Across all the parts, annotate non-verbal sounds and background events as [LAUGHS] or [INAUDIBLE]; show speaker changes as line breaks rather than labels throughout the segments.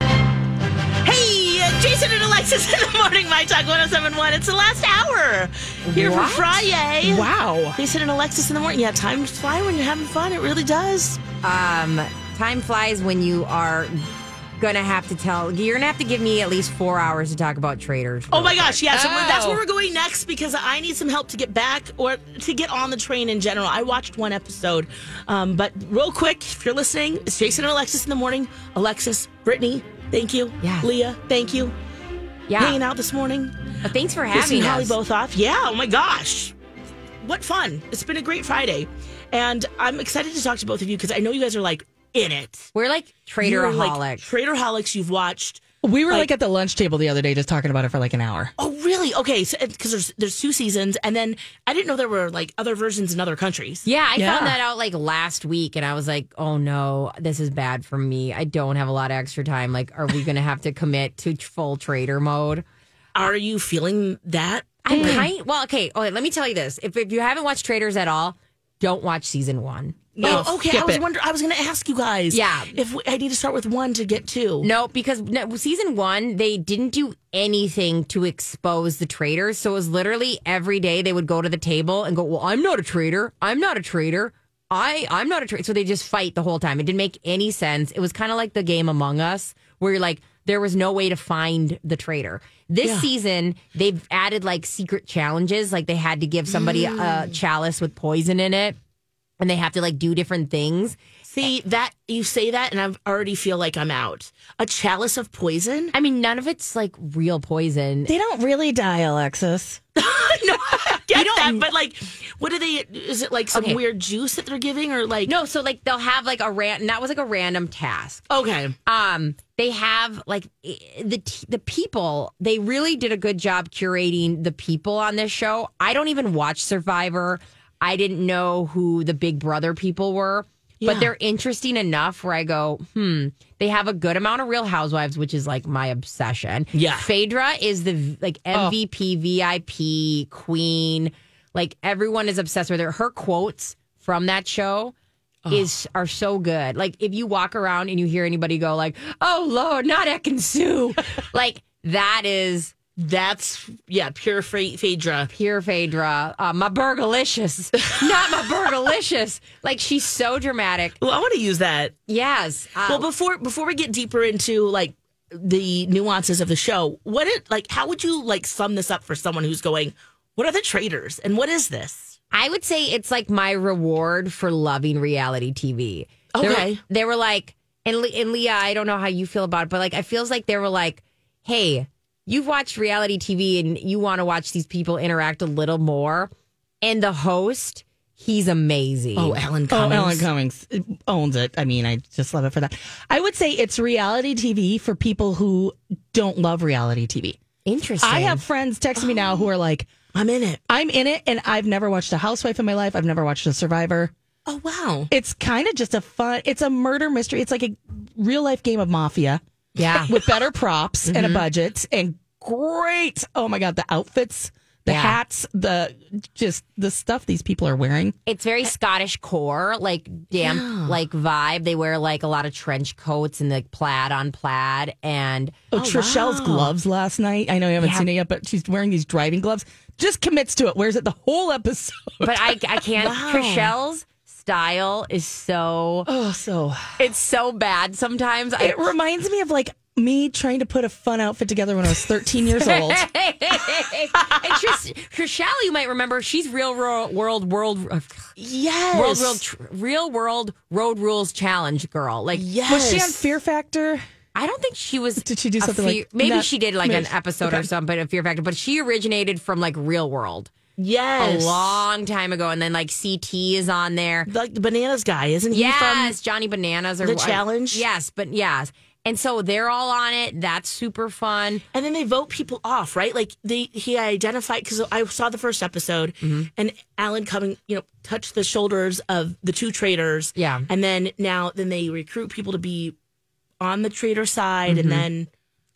uh, This is in the morning, My Talk 1071. It's the last hour here
What?
for Friday.
Wow.
They said in Alexis in the morning. Yeah, time to fly when you're having fun. It really does.
Um, time flies when you are gonna have to tell. You're gonna have to give me at least four hours to talk about traders.
Oh my gosh, yeah. So we're, that's
Oh.
where we're going next because I need some help to get back or to get on the train in general. I watched one episode, um, but real quick, if you're listening, it's Jason and Alexis in the morning. Alexis, Brittany, thank you.
Yeah.
Leah, thank you. Hanging
yeah.
out this morning.
But thanks for
Jason
having
and Holly
us.
both off. Yeah. Oh my gosh, what fun! It's been a great Friday, and I'm excited to talk to both of you because I know you guys are like in it.
We're like
You're, like,
traderaholics.
Traderholics. You've watched.
We were like, at the lunch table the other day just talking about it for like an hour.
Oh, really? Okay, so because there's there's two seasons, and then I didn't know there were like other versions in other countries.
yeah, I
Yeah.
found that out like last week, and I was like, "Oh no, this is bad for me. I don't have a lot of extra time. Like, are we gonna have to commit to full trader mode?"
Are you feeling that?
I kind well, okay. Okay, let me tell you this: if if you haven't watched Traders at all, don't watch season one.
No. Oh, okay. I
skip
was
it.
wonder. I was going to ask you guys.
Yeah.
If we, I need to start with one to get two.
No, because no, season one, they didn't do anything to expose the traders. So it was literally every day they would go to the table and go, Well, I'm not a traitor. I'm not a traitor. I, I'm not a traitor. So they just fight the whole time. It didn't make any sense. It was kind of like the game Among Us, where you're like, there was no way to find the traitor. This season, they've added like secret challenges. Like they had to give somebody a chalice with poison in it and they have to like do different things.
See that you say that, and I already feel like I'm out. A chalice of poison.
I mean, none of it's like real poison.
They don't really die, Alexis.
no, I get that. But like, what do they? Is it like some
Okay.
weird juice that they're giving, or like?
No, so like they'll have like a ran. That was like a random task.
Okay.
Um, they have like i- the t- the people. They really did a good job curating the people on this show. I don't even watch Survivor. I didn't know who the Big Brother people were, but they're interesting enough where I go, hmm. They have a good amount of Real Housewives, which is like my obsession.
Yeah.
Phaedra is the v- like MVP, VIP queen. Like everyone is obsessed with her. Her quotes from that show is are so good. Like if you walk around and you hear anybody go like, "Oh Lord, not Ekin Sue," like that is
That's yeah, pure Pha- Phaedra.
pure Phaedra. Uh, my burgalicious, not my burgalicious. Like she's so dramatic.
Well, I want to use that.
Yes. Uh,
Well, before before we get deeper into like the nuances of the show, what it like? How would you like sum this up for someone who's going? What are the traders and what is this?
I would say it's like my reward for loving reality TV. They
Okay.
were, they were like, and, Le- and Leah, I don't know how you feel about it, but like, I feels like they were like, hey, you've watched reality TV and you want to watch these people interact a little more. And the host, he's amazing.
Alan
Oh, Alan Cummings owns it. I mean, I just love it for that. I would say it's reality TV for people who don't love reality TV.
interesting.
I have friends texting me now who are like,
I'm in it.
I'm in it and I've never watched a housewife in my life. I've never watched a survivor.
Oh wow.
It's kind of just a fun, it's a murder mystery. It's like a real life game of mafia
[LAUGHS] yeah.
with better props and a budget and great. Oh my God, the outfits, the
Yeah.
hats, the just the stuff these people are wearing.
It's very Scottish core, like damp, like vibe. They wear like a lot of trench coats and like plaid on plaid. And
Oh, Trishelle's gloves last night. I know you haven't seen it yet, but she's wearing these driving gloves. Just commits to it. Wears it the whole episode.
but I I
[LAUGHS]
can't. Trishelle's style is so
Oh, so
it's so bad sometimes. I,
[LAUGHS] it reminds me of like me trying to put a fun outfit together when I was 13 years [LAUGHS] old.
[LAUGHS] and Tris, Trishelle, you might remember, she's real world world world uh,
Yes.
world world tr- real world road rules challenge girl. Like
Yes.
Was she on Fear Factor?
I don't think she was.
Did she do
a
something
fear,
like
maybe
that?
she did like an
Maybe-
episode or something of Fear Factor, but she originated from like Real World
Yes.
a long time ago, and then like CT is on there.
Like the bananas guy, isn't he?
Yes, Johnny Bananas or
The
what-
challenge?
Yes, but yes, and so they're all on it. That's super fun.
and then they vote people off, right? Like they he identified because I saw the first episode,
Mm-hmm.
and Alan coming, you know, touched the shoulders of the two traders,
Yeah.
Mm-hmm.
and then now then they recruit people to be on the trader side, and then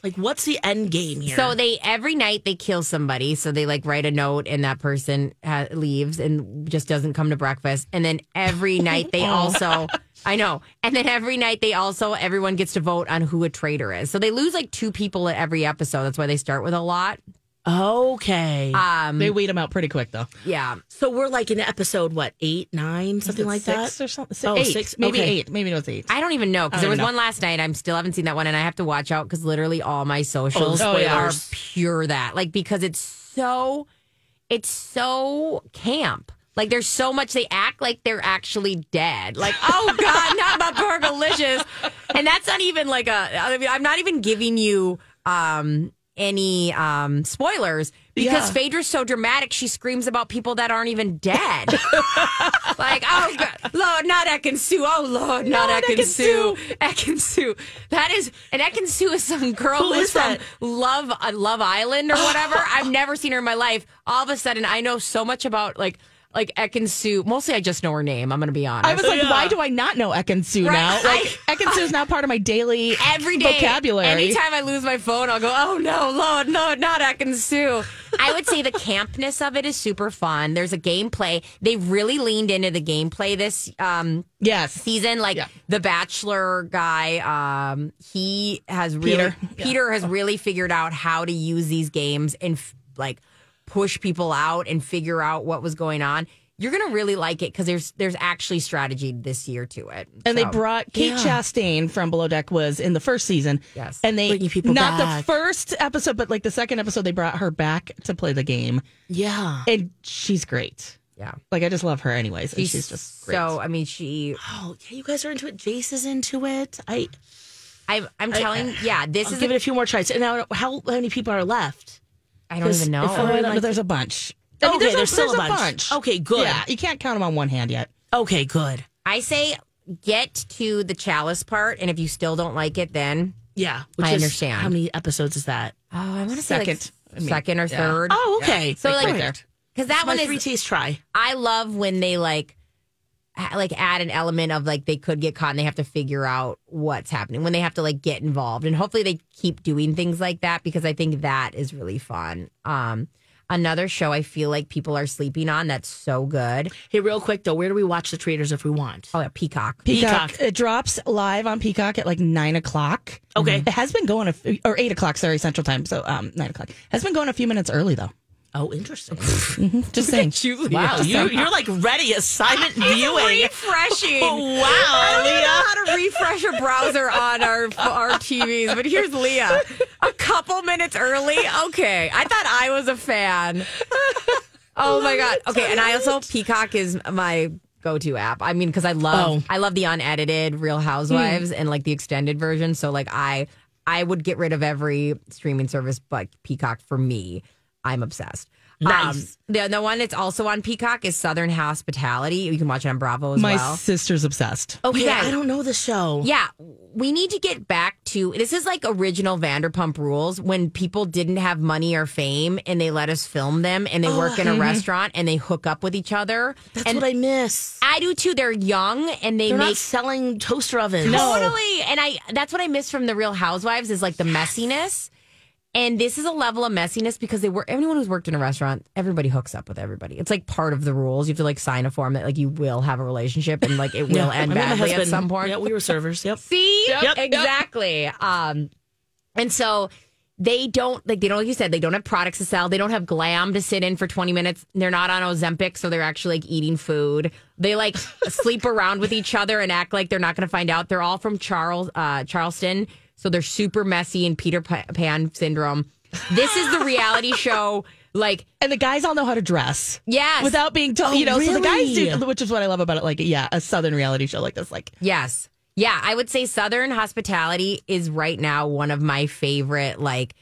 Like, what's the end game here?
So they every night they kill somebody. So they like write a note, and that person ha- leaves and just doesn't come to breakfast. And then
[LAUGHS]
every night they
Oh.
also, I know. And then every night they also everyone gets to vote on who a traitor is. So they lose like two people at every episode. That's why they start with a lot. Um,
okay.
they weed them out pretty quick though.
Yeah,
so we're like in episode what eight, nine, something like
six
that.
or something.
Oh,
eight.
six,
maybe
okay.
eight. Maybe it was eight.
I don't even know because there was
even know.
one last night. I'm still haven't seen that one, and I have to watch out because literally all my socials
Oh, yeah.
are pure that. Like because it's so, it's so camp. Like there's so much they act like they're actually dead. Like
[LAUGHS]
oh god, not my burgerlicious, and that's not even like a. I mean, I'm not even giving you um any um spoilers because
Yeah.
Phaedra's so dramatic. She screams about people that aren't even
[LAUGHS]
dead. Like, oh, God, Lord, not Ekansu. Oh, Lord, not
Not
Ekansu. Ekansu. That is, and Ekansu is some girl
Who
who's
is that?
from Love, uh, Love Island or whatever. I've never seen her in my life. All of a sudden, I know so much about, like, like Ekansu. Mostly I just know her name. I'm going to be honest.
I was like,
Yeah.
why do I not know Ekansu
Right.
now? Like
I-
Ekansu is now part of my daily
every day
vocabulary.
Anytime I lose my phone, I'll go, "Oh no, Lord, no, not Akinsu." I would say the campness of it is super fun. There's a gameplay. They really leaned into the gameplay this um,
Yes.
season. Like
Yeah.
the Bachelor guy, um, he has really
Peter.
Peter, has really figured out how to use these games and f- like push people out and figure out what was going on. You're gonna really like it because there's there's actually strategy this year to it.
and they
So,
brought Kate Chastain from Below Deck was in the first season.
Yes.
and they
Bringing people
not
back.
the first episode, but like the second episode, they brought her back to play the game,
Yeah.
and she's great.
yeah.
Like I just love her, anyways. and she's just great.
so. I mean, she
Oh, yeah. You guys are into it. Jace is into it. I
I, I'm telling, yeah, this
I'll
is.
give it a few more tries. And now, how many people are left?
I don't even
if
Oh,
I-
know.
I
Or
know,
like- Oh,
there's a bunch. I mean,
Okay,
there's,
there's
a,
still
there's
a bunch. Okay, good.
Yeah, you can't count them on one hand yet.
Okay, good.
I say get to the chalice part, and if you still don't like it, then
Yeah, which
I
is-
understand.
How many episodes is that?
oh, I want to say like,
Second. I mean,
second or
yeah.
third.
Oh, okay.
so
Like,
like,
right there.
because that
my
one is
three T's try.
I love when they like ha- like add an element of like they could get caught and they have to figure out what's happening when they have to like get involved and hopefully they keep doing things like that because I think that is really fun. Um another show I feel like people are sleeping on that's so good.
Hey, real quick though, where do we watch the traders if we want?
Oh, yeah, Peacock.
Peacock.
Peacock.
It drops live on Peacock at like nine o'clock.
Okay.
It has been going a f- or eight o'clock, sorry, Central Time. So um nine o'clock has been going a few minutes early though.
Oh, [LAUGHS] interesting.
Just saying.
wow, you, you're like ready [LAUGHS] assignment
[LAUGHS]
viewing. [LAUGHS] Oh,
refreshing. I
wow,
don't even know how to refresh a browser on our our TVs, but here's Leah. A couple minutes early. Okay. I thought I was a fan. Oh my god. Okay, and I also Peacock is my go-to app. I mean cuz I
Oh.
love I love the unedited Real Housewives
Hmm.
and like the extended version, so like I I would get rid of every streaming service but Peacock for me. I'm obsessed.
Nice.
Um, the, the one that's also on Peacock is Southern Hospitality. You can watch it on Bravo as
My
well.
sister's obsessed.
Okay,
You guys-
I don't know the show.
Yeah, we need to get back to this is like original Vanderpump Rules when people didn't have money or fame and they let us film them and they work in a restaurant and they hook up with each other.
Oh. Mm-hmm. That's
and
what I miss.
I do too. They're young and they
They're
make
not selling toaster ovens. [LAUGHS]
Totally. And I that's what I miss from the Real Housewives is like the messiness. And this is a level of messiness because they were anyone who's worked in a restaurant, everybody hooks up with everybody. It's like part of the rules. You have to like sign a form that like you will have a relationship and like it will end
I mean, my
badly at
husband-
some point.
Yeah, we were servers. Yep.
See?
Yep, yep.
exactly. Um, and so they don't like they don't like you said they don't have products to sell. They don't have glam to sit in for twenty minutes. They're not on Ozempic, so they're actually like eating food.
[LAUGHS]
They like sleep around with each other and act like they're not going to find out. They're all from Charles uh, Charleston, so they're super messy and Peter Pa- Pan syndrome. This is
[LAUGHS]
the reality show. Like
And the guys all know how to dress.
yes,
Without being told, you know, so the guys
Oh, really?
do, which is what I love about it. Like, yeah, a southern reality show like this. Like,
Yes. Yeah, I would say Southern Hospitality is right now one of my favorite like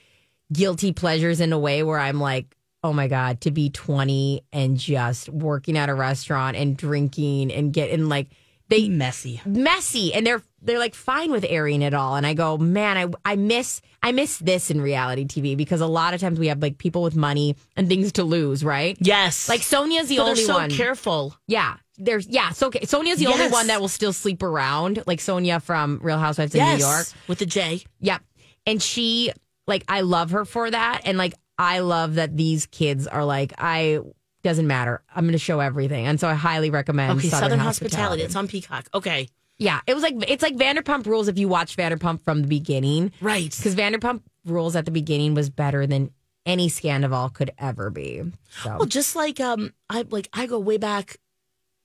guilty pleasures in a way where I'm like, "Oh my god, to be 20 and just working at a restaurant and drinking and getting like they
messy.
messy and they're they're like fine with airing it all and I go, "Man, I I miss I miss this in reality TV because a lot of times we have like people with money and things to lose, right?
[LAUGHS] Yes.
Like Sonia's the
so
only
they're so
one.
careful.
Yeah. There's yeah, so okay. Sonia's the only
Yes.
one that will still sleep around, like Sonia from Real Housewives of
yes.
New York.
With the J.
Yep. And she Like I love her for that, and like I love that these kids are like I doesn't matter. I'm going to show everything, and so I highly recommend.
Okay, Southern, Hospitality. It's on Peacock. Okay,
Yeah, it was like it's like Vanderpump Rules if you watch Vanderpump from the beginning,
right.
because Vanderpump Rules at the beginning was better than any Scandival could ever be. So.
Well, just like um, I like I go way back,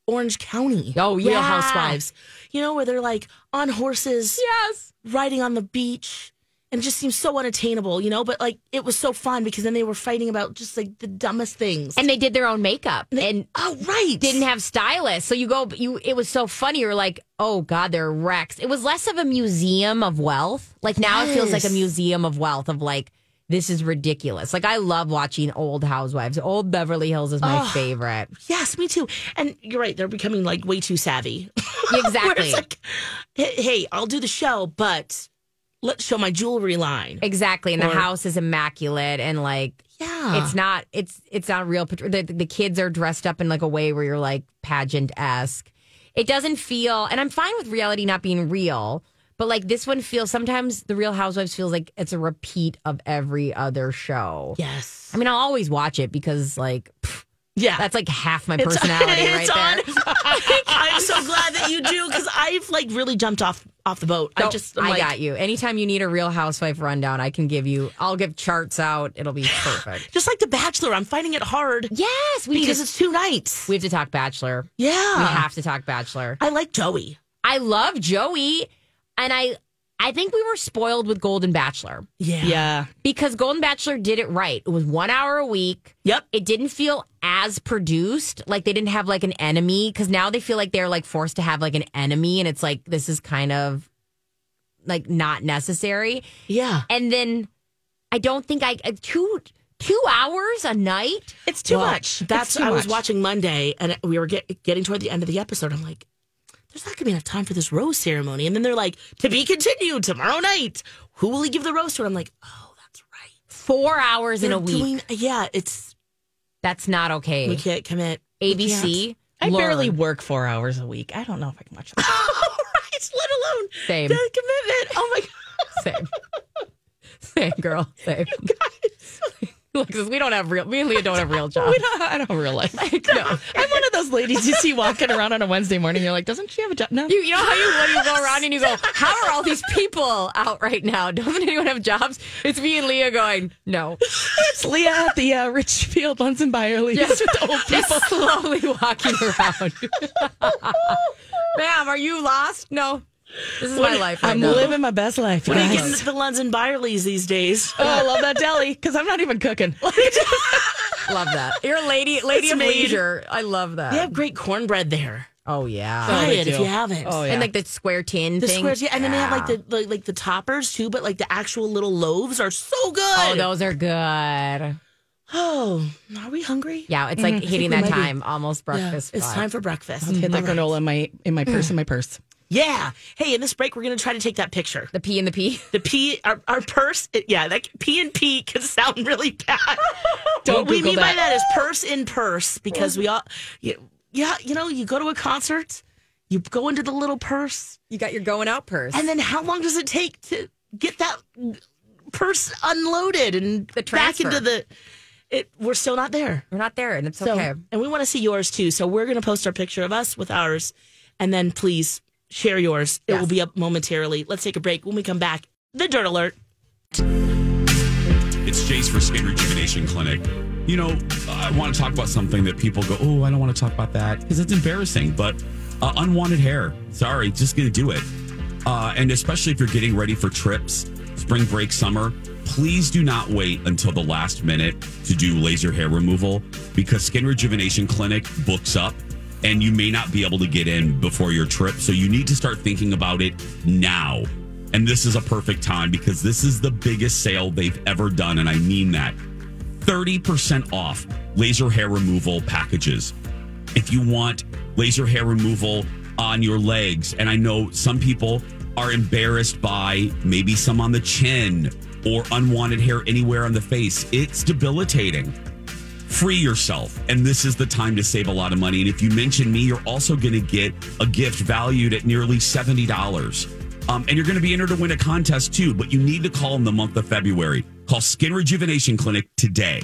Orange County.
Oh, yeah.
Real Housewives. You know where they're like on horses,
yes.
riding on the beach, and it just seems so unattainable. You know, but like it was so fun because then they were fighting about just like the dumbest things.
And they did their own makeup and
oh right,
didn't have stylists. So you go, you it was so funny. You're like, oh god, they're wrecks. It was less of a museum of wealth. Like now, it feels like a
Yes.
museum of wealth of like this is ridiculous. Like I love watching old housewives. Old Beverly Hills is my
[LAUGHS]
favorite.
yes, me too. And you're right, they're becoming like way too savvy. [LAUGHS] Where
Exactly.
it's like, hey, hey, I'll do the show, but let's show my jewelry line.
Exactly, and
Or-
the house is immaculate, and like
Yeah,
it's not, it's it's not real. patr- The, the kids are dressed up in like a way where you're like pageant esque. It doesn't feel, and I'm fine with reality not being real, but like this one feels. Sometimes the Real Housewives feels like it's a repeat of every other show.
yes,
I mean, I'll always watch it because like pff,
yeah.
that's like half my personality
it's [LAUGHS]
right
on. I'm so glad that you do because I've like really jumped off off the boat.
there.
I just I'm like,
Oh, got you. Anytime you need a Real Housewife rundown, I can give you. I'll give charts out.
[SIGHS]
It'll be perfect.
just like The Bachelor. I'm finding it hard
yes, we need
because
to-
it's two nights.
we have to talk Bachelor.
yeah,
We have to talk Bachelor.
I like Joey.
I love Joey, and I I think we were spoiled with Golden Bachelor
Yeah.
Yeah.
because Golden Bachelor did it right. It was one hour a week.
Yep.
It didn't feel as produced, like they didn't have like an enemy. Because now they feel like they're like forced to have like an enemy, and it's like this is kind of like not necessary.
Yeah.
And then I don't think I uh, two two hours a night.
It's too
Well,
much.
it's
That's
too
I was
much.
watching Monday and we were get, getting toward the end of the episode. I'm like, there's not gonna be enough time for this rose ceremony. And then they're like, to be continued tomorrow night. Who will he give the rose to? And I'm like, oh, that's right.
Four hours in
They're
a week.
doing- yeah, it's
That's not okay.
we can't commit.
ABC.
I
learn.
barely work four hours a week. I don't know if I can watch that. [LAUGHS]
Oh, right, let alone
Same.
the commitment. Oh my god.
Same. Same girl. Same. [LAUGHS] Alexis, we don't have real. Me and Leah don't have [LAUGHS] real jobs.
We don't, I don't
[LAUGHS]
realize.
no.
I'm one of those ladies you see walking around on a Wednesday morning. You're like, doesn't she have a job? No.
You, you know how you when you go around and you go, how are all these people out right now? Doesn't anyone have jobs? It's me and Leah going, no.
It's Leah at the uh, Richfield Lunds and Byerly's
Yes.
with the old
Just [LAUGHS]
people.
slowly walking around. [LAUGHS] Ma'am, are you lost? No. This is my life. Right
[LAUGHS] I'm
now.
living my best life.
What are you
guys.
getting at the Lunds and Byerly's these days?
Oh, I love that deli because I'm not even [LAUGHS] cooking.
Love that. You're a lady, lady
It's
of
made.
leisure. I love that.
They have great cornbread there.
Oh yeah.
Try
they
it if
do.
you haven't.
Oh, yeah.
And like the square tin
The
thing.
squares, yeah, and then they have like the, the like the toppers too, but like the actual little loaves are so good.
Oh, those are good.
Oh, are we hungry?
Yeah, it's like hitting
we
that
might be.
time, almost breakfast.
it's
vibes.
time for breakfast.
Hit that
All right.
granola in my in my purse in my purse.
Yeah. Hey, in this break, we're gonna try to take that picture.
the P and the P.
The P, our, our purse. it- yeah, that P and P can sound really bad.
[LAUGHS] Don't
what we
Google
mean by
that.
that is purse in purse because we all, you, yeah, you know, you go to a concert, you go into the little purse,
You got your going out purse.
and then how long does it take to get that purse unloaded and
The
back
transfer.
into the? It, we're still not there.
We're not there, and it's
So,
okay.
and we want to see yours too. So we're going to post our picture of us with ours, and then please share yours. It will be up momentarily. Let's take a break. When we come back, the dirt alert.
It's Jace for Skin Rejuvenation Clinic. You know, I want to talk about something that people go, oh, I don't want to talk about that because it's embarrassing, but uh, unwanted hair. Sorry, just going to do it. Uh, and especially if you're getting ready for trips, spring break, summer, please do not wait until the last minute to do laser hair removal because Skin Rejuvenation Clinic books up and you may not be able to get in before your trip. So you need to start thinking about it now. And this is a perfect time because this is the biggest sale they've ever done. And I mean that 30% off laser hair removal packages. If you want laser hair removal on your legs, and I know some people are embarrassed by maybe some on the chin or unwanted hair anywhere on the face, it's debilitating free yourself. And this is the time to save a lot of money. And if you mention me, you're also going to get a gift valued at nearly $70. Um, and you're going to be entered to win a contest too, but you need to call in the month of February. Call Skin Rejuvenation Clinic today.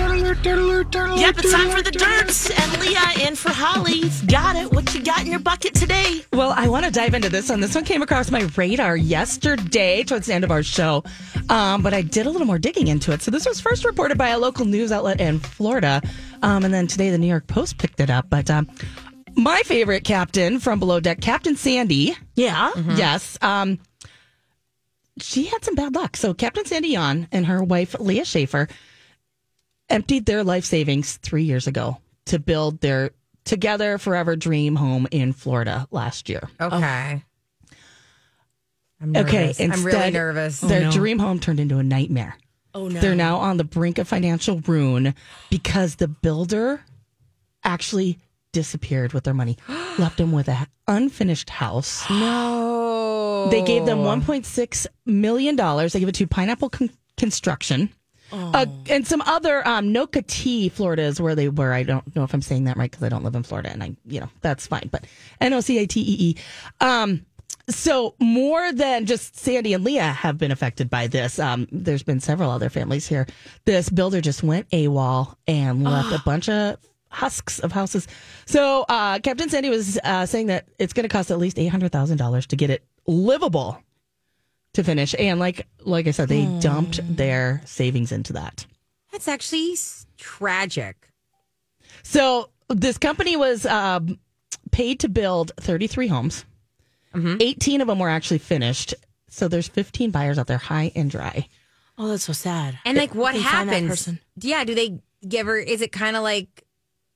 Yep, it's time for the dirts. And Leah in for Holly. Got it. What you got in your bucket today?
Well, I want to dive into this one. This one came across my radar yesterday towards the end of our show, um, but I did a little more digging into it. So this was first reported by a local news outlet in Florida, um, and then today the New York Post picked it up. But um, my favorite captain from Below Deck, Captain Sandy.
Yeah.
Yes. Um, she had some bad luck. So Captain Sandy Yon and her wife Leah Schaefer emptied their life savings three years ago to build their together forever dream home in Florida last year.
Okay. I'm
Okay,
nervous. I'm really
instead-
nervous. Oh,
Their dream home turned into a nightmare.
Oh, no.
They're now on the brink of financial ruin because the builder actually disappeared with
[GASPS]
their money, left them with an unfinished house.
No.
They gave
Oh.
them $1.6 million. They gave it to Pineapple Con- Construction.
Oh.
Uh, and some other um, Nocatee, Florida is where they were. I don't know if I'm saying that right because I don't live in Florida, and I, you know, that's fine. But N O C A T E E. Um, so more than just Sandy and Leah have been affected by this. Um, there's been several other families here. This builder just went AWOL and left a bunch of husks of houses. So uh, Captain Sandy was uh, saying that it's going to cost at least eight hundred thousand dollars to get it livable to finish. And like like I said, they dumped their savings into that.
That's actually s- tragic.
So this company was um, paid to build 33 homes. 18 of them were actually finished. So there's 15 buyers out there, high and dry.
Oh, that's so sad.
And like, what
They find that
happens?
person.
Yeah, do they give her? Is it kind of like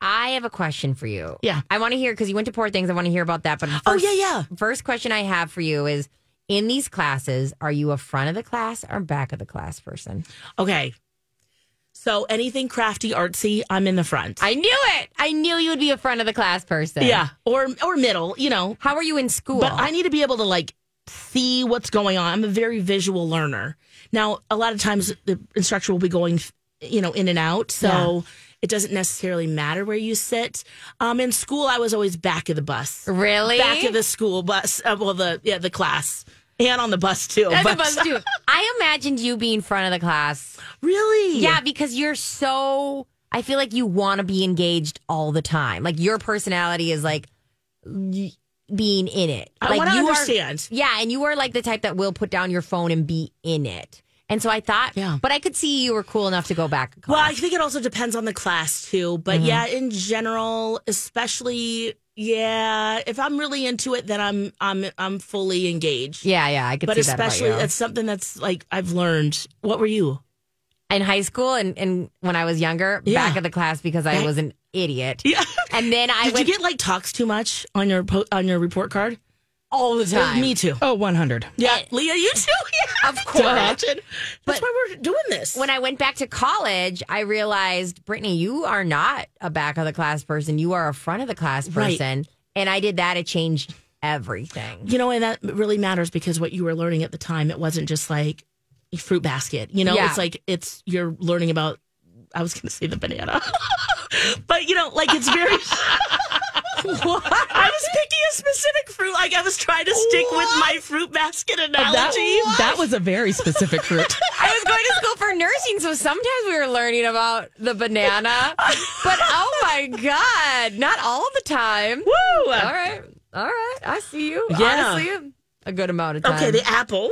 I have a question for you.
Yeah.
I want to hear because you went to poor things. I want to hear about that. But first,
Oh, yeah, yeah.
First question I have for you is: In these classes, are you a front of the class or back of the class person?
Okay. So anything crafty, artsy, I'm in the front.
I knew it. I knew you would be a front of the class person.
yeah, or or middle, you know.
How are you in school?
But I need to be able to like see what's going on. I'm a very visual learner. Now, a lot of times the instructor will be going, you know, in and out, so it doesn't necessarily matter where you sit. Um, in school, I was always back of the bus,
really
back of the school bus. Uh, well, the yeah, the class, and on the bus too.
That's
but- [LAUGHS]
a bus too. I imagined you being front of the class.
Really?
Yeah, because you're so. I feel like you want to be engaged all the time. Like your personality is like y- being in it.
I
like
wanna
you are-
understand.
yeah, and you are like the type that will put down your phone and be in it. And so I thought,
Yeah.
but I could see you were cool enough to go back. a
Well, I
class.
think it also depends on the class too. But
Mm-hmm.
yeah, in general, especially yeah, if I'm really into it, then I'm I'm I'm fully engaged.
yeah, yeah, I could
But
see
especially
that about you.
that's something that's like I've learned. What were you? [LAUGHS]
in high school and, and when I was younger,
Yeah.
back of the class because I
Right.
was an idiot.
Yeah.
And then I
Did
went
you get like talks too much on your po- on your report card?
all the time.
Me too.
Oh, 100.
Yeah, Leah, you too. [LAUGHS] Yeah.
Of course.
Imagine. That's
But-
why we're doing this.
when I went back to college, I realized, Brittany, you are not a back of the class person. You are a front of the class
Right.
person. And I did that. It changed everything.
You know, and that really matters because what you were learning at the time, it wasn't just like a fruit basket. You know,
Yeah.
it's like it's you're learning about. I was going to say the banana, [LAUGHS] but you know, like it's very. [LAUGHS] I was picking a specific fruit. Like I was trying to stick with my fruit basket analogy.
That, that was a very specific fruit.
[LAUGHS] I was going to school for nursing, so sometimes we were learning about the [LAUGHS] banana. But oh my god, not all the time.
Woo!
All right, all right, I see you.
Yeah.
Honestly, a good amount of time.
Okay, the apple.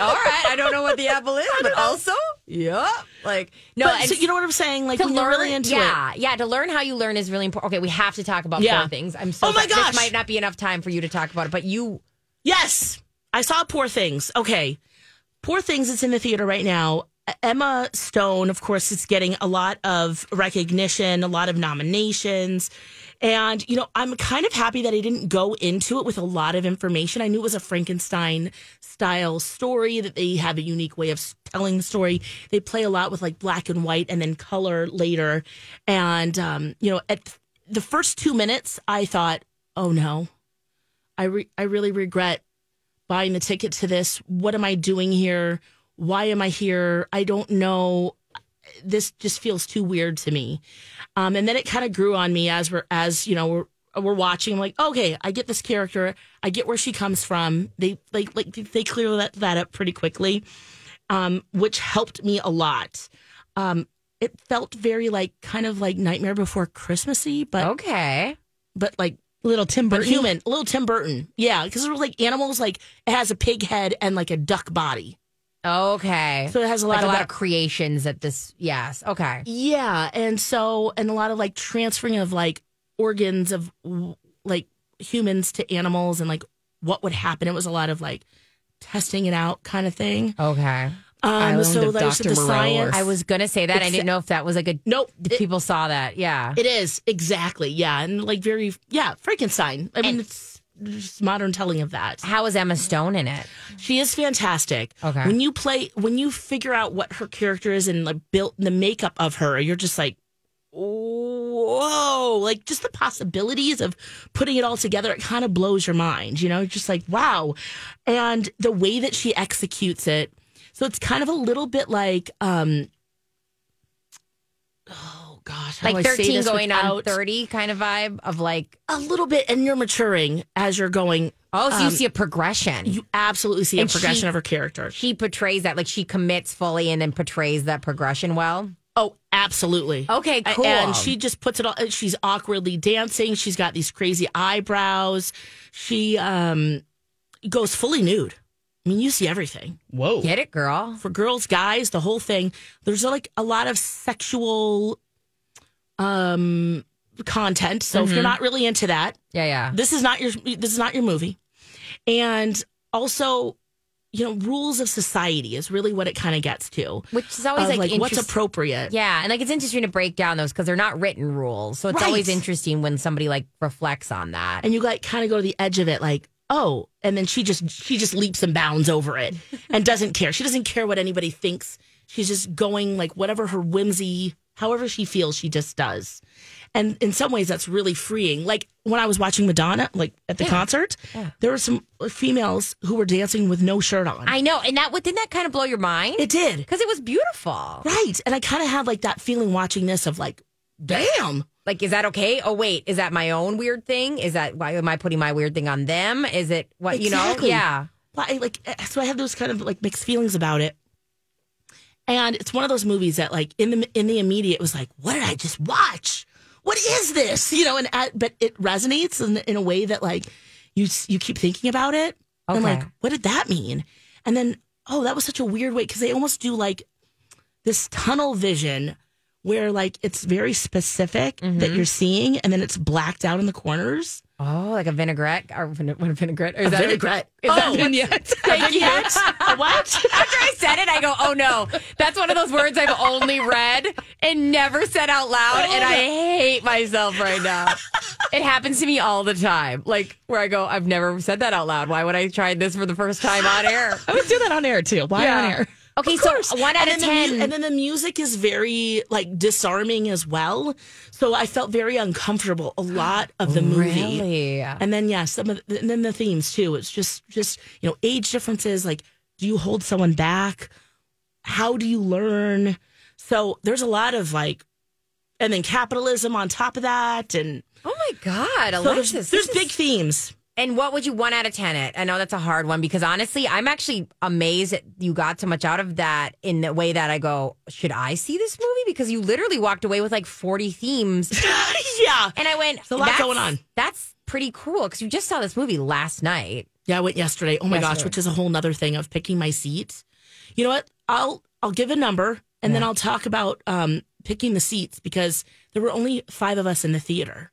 all right, [LAUGHS] I don't know what the apple is, but also, yeah, like no,
But,
and
so you know what I'm saying? Like
to
when
learn,
you're really into it.
yeah, yeah, to learn how you learn is really important. Okay, we have to talk about
Yeah.
four things. I'm so
Oh my
sorry.
gosh.
this might not be enough time for you to talk about it, but you
Yes, I saw Poor Things. Okay, Poor Things is in the theater right now. E-, Emma Stone, of course, is getting a lot of recognition, a lot of nominations. And, you know, I'm kind of happy that I didn't go into it with a lot of information. I knew it was a Frankenstein style story, that they have a unique way of telling the story. They play a lot with like black and white and then color later. And, um, you know, at the first two minutes, I thought, oh no, I re- I really regret buying the ticket to this. What am I doing here? Why am I here? I don't know. This just feels too weird to me. Um, and then it kind of grew on me as we're as you know we're we're watching. I'm like, okay, I get this character. I get where she comes from. They like like they clear that that up pretty quickly, um, which helped me a lot. Um, it felt very like kind of like Nightmare Before Christmassy, but
Uh, okay.
but like
Little Tim
but
Burton.
human, little Tim Burton. Yeah, because it was like animals. Like it has a pig head and like a duck body,
Okay.
so it has a lot
like a
of
lot
that-
of creations at this. Yes. Okay.
yeah, and so and a lot of like transferring of like organs of w- like humans to animals and like what would happen. It was a lot of like testing it out kind of thing.
Okay.
Um,
Island
so
of
like so
Dr.
the
Moreau
science.
or-
I was gonna say that. I didn't know if that was like a.
nope.
if
It,
people saw that. Yeah.
it is exactly yeah, and like very yeah Frankenstein. I mean,
And-
it's just modern telling of that.
How is Emma Stone in it?
She is fantastic.
Okay.
When you play, when you figure out what her character is and like built the makeup of her, you're just like, whoa! Like just the possibilities of putting it all together, it kind of blows your mind. You know, You're just like wow, and the way that she executes it. So it's kind of a little bit like, um, oh gosh, how
Like
do I say
thirteen
this
going on
without-
thirty kind of vibe of like.
a little bit, and you're maturing as you're going.
Oh, so you see a progression.
You absolutely see a
And she-
progression of her character.
she portrays that like she commits fully and then portrays that progression well.
Oh, absolutely.
Okay,
A-
cool.
And she just puts it all. She's awkwardly dancing. She's got these crazy eyebrows. She um goes fully nude. I mean, you see everything
Whoa.
get it, girl.
for girls, guys, the whole thing. There's like a lot of sexual um content. So
Mm-hmm.
if you're not really into that,
Yeah, yeah.
this is not your this is not your movie and also you know rules of society is really what it kind of gets to
Which is always
Of,
like,
like what's
interest-
appropriate
Yeah, and like it's interesting to break down those because they're not written rules, so it's
Right.
always interesting when somebody like reflects on that.
and you like kind of go to the edge of it like oh and then she just she just leaps and bounds over it and doesn't care she doesn't care what anybody thinks she's just going like whatever her whimsy however she feels she just does and in some ways that's really freeing like when i was watching madonna like at the concert there were some females who were dancing with no shirt on
I know, and that didn't that kind of blow your mind
it did
because it was beautiful.
right and i kind of had like that feeling watching this of like damn
Like, is that okay? Oh wait, is that my own weird thing? Is that why am I putting my weird thing on them? Is it what
Exactly.
you know? Yeah.
Why like eh, so i had those kind of like mixed feelings about it and it's one of those movies that like in the in the immediate was like what did i just watch what is this [LAUGHS] you know and at, but it resonates in, in a way that like you s- you keep thinking about it and
Okay.
like what did that mean and then oh that was such a weird way because they almost do like this tunnel vision where like it's very specific
Mm-hmm.
that you're seeing and then it's blacked out in the
[LAUGHS]
corners
Oh, like a vinaigrette or vin- what a vinaigrette? Or is
a
that
vinaigrette Oh.
Is that what-
[LAUGHS] Thank you. A what?
After I said it, I go, oh no. That's one of those words I've only read and never said out loud. And I hate myself right now. It happens to me all the time. Like where I go,
[LAUGHS]
I've never said that out loud. Why would I try this for the first time on air?
I would do that on air too. Why on air?
Okay,
Of
so
course.
one out
And then
of
the mu-
ten.
and then the music is very like disarming as well. So I felt very uncomfortable a lot of the movie.
Really?
And then yeah, some of the, and then the themes too. It's just just you know age differences. Like, do you hold someone back? How do you learn? So there's a lot of like, and then capitalism on top of that, and
Oh my God,
so
Alexis.
there's,
this
there's
is-
big
[LAUGHS]
themes. [LAUGHS]
And what would you one out of ten it? I know that's a hard one because honestly, I'm actually amazed that you got so much out of that in the way that I go, should I see this movie? Because you literally walked away with like 40 themes.
yeah,
And I went,
a lot
"That's-
going on."
That's pretty cool because you just saw this movie last night.
Yeah, I went yesterday. Oh my gosh, which is a whole nother thing of picking my seat. You know what? I'll I'll give a number and then I'll talk about um, picking the seats because there were only five of us in the theater.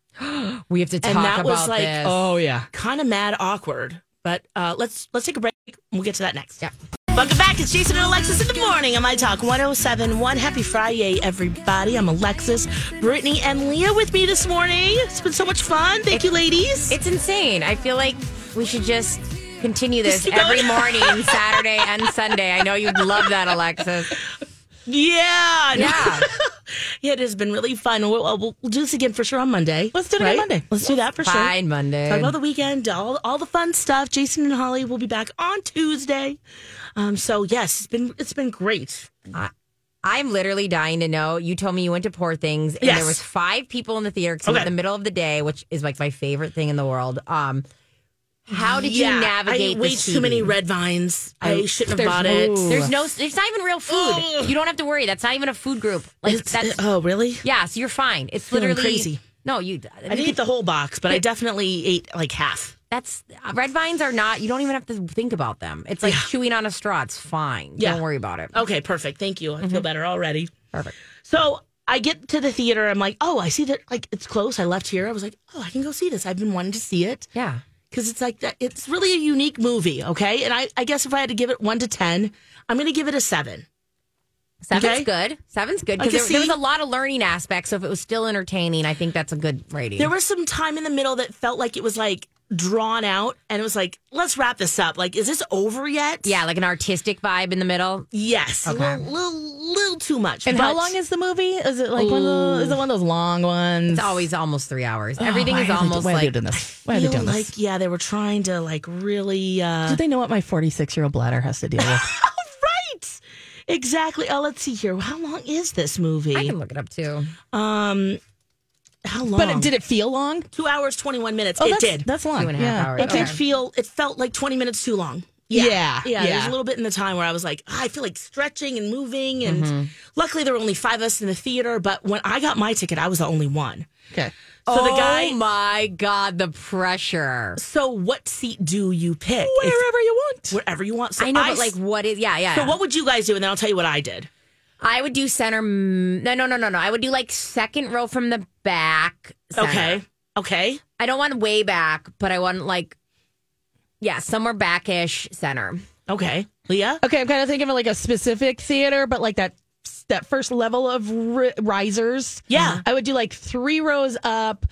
We have to talk
And that
about
was like,
this.
Oh yeah.
Kind of mad, awkward. But uh, let's let's take a break. and We'll get to that next. Yeah. Welcome back. It's Jason and Alexis in the morning on My Talk 1071. Happy Friday, everybody. I'm Alexis, Brittany, and Leah with me this morning. It's been so much fun. Thank you, ladies.
It's insane. I feel like we should just continue this
keep
every
going. [LAUGHS]
morning, Saturday and Sunday. I know you'd love that, Alexis.
yeah. [LAUGHS] no,
Yeah.
Yeah, it has been really fun. We'll, uh, we'll, we'll do this again for sure on Monday.
Let's do it again Monday.
Let's do that for sure.
Fine Monday.
Talk about the weekend, all, all the fun stuff. Jason and Holly will be back on Tuesday. Um, so yes, it's been it's been great.
I'm literally dying to know. You told me you went to Poor Things, and
Yes.
there was five people in the theater except
Okay.
in the middle of the day, which is like my favorite thing in the world. Um, how did
Yeah,
you navigate?
I ate
the
way too
seating?
many red vines. I, shouldn't have
There's-
bought it.
Ooh. There's no. It's not even real food. You don't have to worry. That's not even a food group. Like
It's-
that's.
oh really?
yeah, so you're fine. It's
Feeling
literally
crazy.
No, you. I mean,
I didn't eat the whole box, but I definitely ate like half.
that's uh, red vines are not. You don't even have to think about them. It's like chewing on a straw. It's fine.
Yeah. Oh.
Don't worry about it.
Okay, perfect. Thank you. I feel better already.
Perfect.
So I get to the theater. I'm like, oh, I see that. Like it's close. I left here. I was like, oh, I can go see this. I've been wanting to see it.
Yeah.
because it's like that. It's really a unique movie, okay? And I, I guess if I had to give it one to ten, I'm going to give it a seven.
Seven's
Okay.
good. Seven's good
I can
because there, there was
see-
a lot of learning aspects. So if it was still entertaining, I think that's a good rating.
There was some time in the middle that felt like it was like drawn out, and it was like, let's wrap this up. Like, is this over yet?
yeah, like an artistic vibe in the middle.
Yes. A little, little, little too much.
And [LAUGHS] how
but-
long is the movie? Is it like one of those, is it one of those long ones?
It's always almost three
Oh,
hours. Everything
Why
is
are they-
almost
why are they
like
doing this? Why
I
are they
feel
doing
like
this?
yeah, they were trying to like really uh
Do they know what my 46 year old bladder has to deal with?
right. Exactly. Oh, let's see here. How long is this
I
movie?
can look it up too.
Um how long?
[LAUGHS] but it, did it feel long?
two hours twenty one minutes.
Oh,
it
that's,
did.
That's long.
Two and a half
yeah.
hours.
it did
Okay.
feel it felt like 20 minutes too long
Yeah,
yeah,
yeah.
there's a little bit in the time where i was like ah, i feel like stretching and moving and
Mm-hmm.
luckily there were only five of us in the theater but when i got my ticket i was the only one
Okay.
so the guy
oh my god, the pressure!
so what seat do you pick It's
Wherever you want.
wherever you want so
I know,
s-
but like, what is? Yeah, yeah.
so what would you guys do and then i'll tell you what i did
I would do center. m- No, no, no, no, no. I would do like second row from the back. center.
okay okay
I don't want way back, but I want like, yeah, somewhere backish center.
okay leah
Okay, I'm kind of thinking of like a specific theater, but like that that first level of ri- risers.
Yeah.
I would do like three rows up,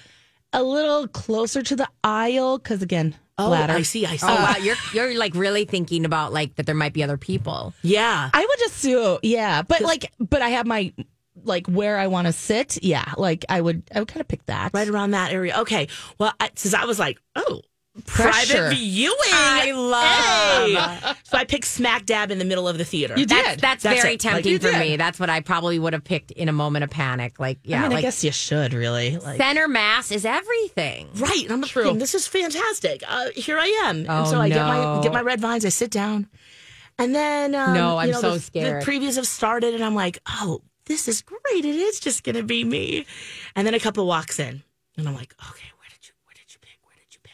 a little closer to the aisle because again, bladder.
i see i see
Oh wow, you're you're like really thinking about like that there might be other people.
yeah
I would just do yeah, but like, but I have my like where I want to sit. Yeah, like I would I would kind of pick that.
right around that area okay well I, since i was like oh
Pressure.
private viewing
I love.
Hey! so I picked smack dab in the middle of the theater.
You did.
That's, that's,
That's
very
it. Like,
tempting
you
for
did.
me. That's what I probably would have picked in a moment of panic. Like, yeah,
I mean,
like
I guess you should really like.
center mass is everything.
Right, and I'm like, thinking, this is fantastic. Uh, here I am,
Oh,
and so I get my
no.
get my red vines. I sit down, and then um,
No,
you
I'm
know,
so
the,
scared.
The previews have started, and I'm like, oh, this is great. It is just gonna be me. And then a couple walks in, and I'm like, okay, where did you where did you pick? Where did you pick?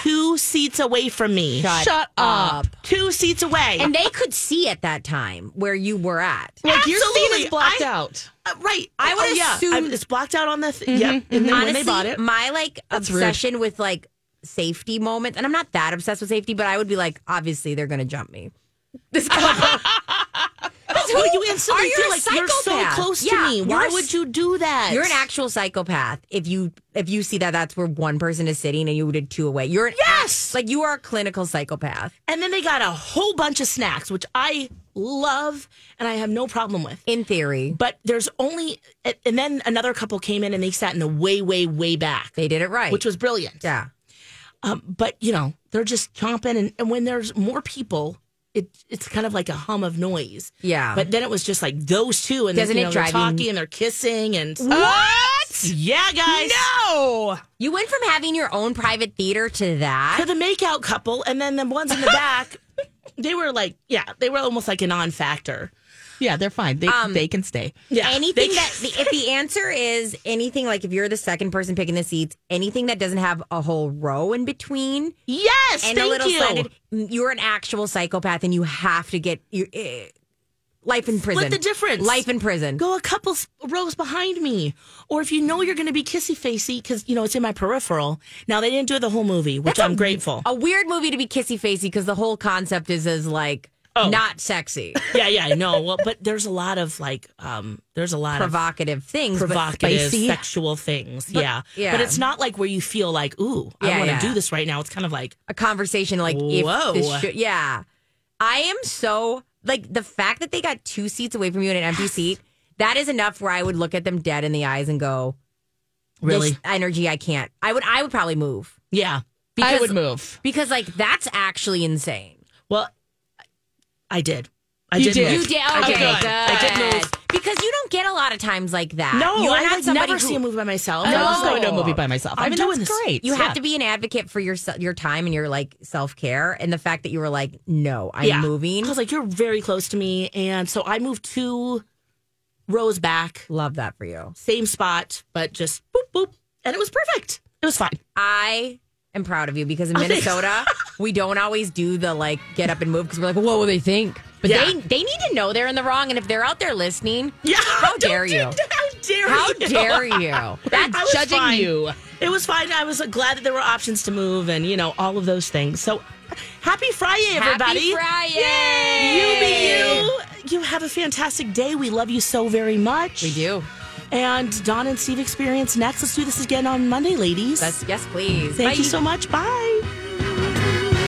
Two seats away from me.
Shut
up.
up.
Two seats away.
And they could see at that time where you were at.
like your scene
Absolutely.
is blocked
I-
out.
Uh, right.
I would Mm-hmm,
oh, yeah.
assume-
I- it's blocked out on the. Th- Yep. And then when
Honestly,
they bought it,
my like obsession with like safety moments, and I'm not that obsessed with safety, but I would be like, obviously they're gonna jump
[LAUGHS]
me. This
Well, you instantly
Are you
feel
a
like you're so
psychopath?
close
Yeah,
to me.
you're
Why
a
would
s-
you do that?
You're an actual psychopath if you if you see that that's where one person is sitting and you did two away. You're an
Yes!
act- like you are a clinical psychopath.
and then they got a whole bunch of snacks, which I love and I have no problem with.
in theory.
But there's only, and then another couple came in and they sat in the way, way, way back,
They did it right.
which was brilliant.
yeah.
But you know, they're just chomping, and, and when there's more people, it it's kind of like a hum of noise.
Yeah.
But then it was just like those two, and
Doesn't
you
it
know,
drive
they're
you-
talking and they're kissing and
What?
yeah, guys.
No.
You went from having your own private theater to
to
that.
the makeout couple, and then the ones in the
[LAUGHS]
back, they were like, yeah, they were almost like a non-factor.
Yeah, they're fine. They they can stay.
Yeah, [LAUGHS]
Anything
They-
that the, if the answer is anything like if you're the second person picking the seats, anything that doesn't have a whole row in between
yes,
and
thank
a little
you.
slanted, you're an actual psychopath and you have to get your eh, life in prison.
the difference.
Life in prison.
Go a couple s- rows behind me, or if you know you're going to be kissy facey because you know it's in my peripheral. Now they didn't do it the whole movie, which I'm grateful.
A Oh. weird movie to be kissy facey because the whole concept is is like
Oh. [LAUGHS]
not sexy,
yeah, yeah, I know. Well, but there's a lot of like, um, there's a lot of
provocative things. but
provocative
spicy.
sexual things. yeah.
yeah.
But it's not like where you feel like, ooh, I
Yeah,
want to
yeah.
do this right now. It's kind of like,
a conversation like
Whoa.
if this should, yeah i am so like the fact that they got two seats away from you in an empty seat that is enough where i would look at them dead in the eyes and go this
Really?
energy i can't i would i would probably move
yeah.
I would move.
because like that's actually insane
Well, I did. I
You did.
move.
you did
I
okay good.
I did move.
because you don't get a lot of times like that
No,
you're
I
not
like,
somebody
never see
who-
a movie by myself.
I
I
love
was
going
like,
to a movie by myself. I
I'm
mean,
doing
that's
this.
great.
you
Yeah.
have to be an advocate for your se- your time and your like self care, and the fact that you were like, no, I'm
yeah.
moving.
I was like, you're very close to me. And so I moved two rows back,
Love that for you.
same spot, but just boop, boop. And it was perfect. It was fine.
I am proud of you
[LAUGHS]
because in
Oh, thanks.
Minnesota, we don't always do the like get up and move because we're like, what will they think? But
Yeah.
they they need to know they're in the wrong, and if they're out there listening,
[LAUGHS] Yeah.
how
don't
dare
do
you?
that. [LAUGHS] How dare you?
How
[LAUGHS]
dare you?
I
That's
was
judging
fine.
you.
It was fine. I was uh, glad that there were options to move and, you know, all of those things. So happy Friday, everybody.
Happy Friday!
You be you. You have a fantastic day. We love you so very much.
We do.
And Don and Steve experience next. Let's do this again on Monday, ladies.
Let's, yes, please.
Thank you
Bye.
so much. Bye.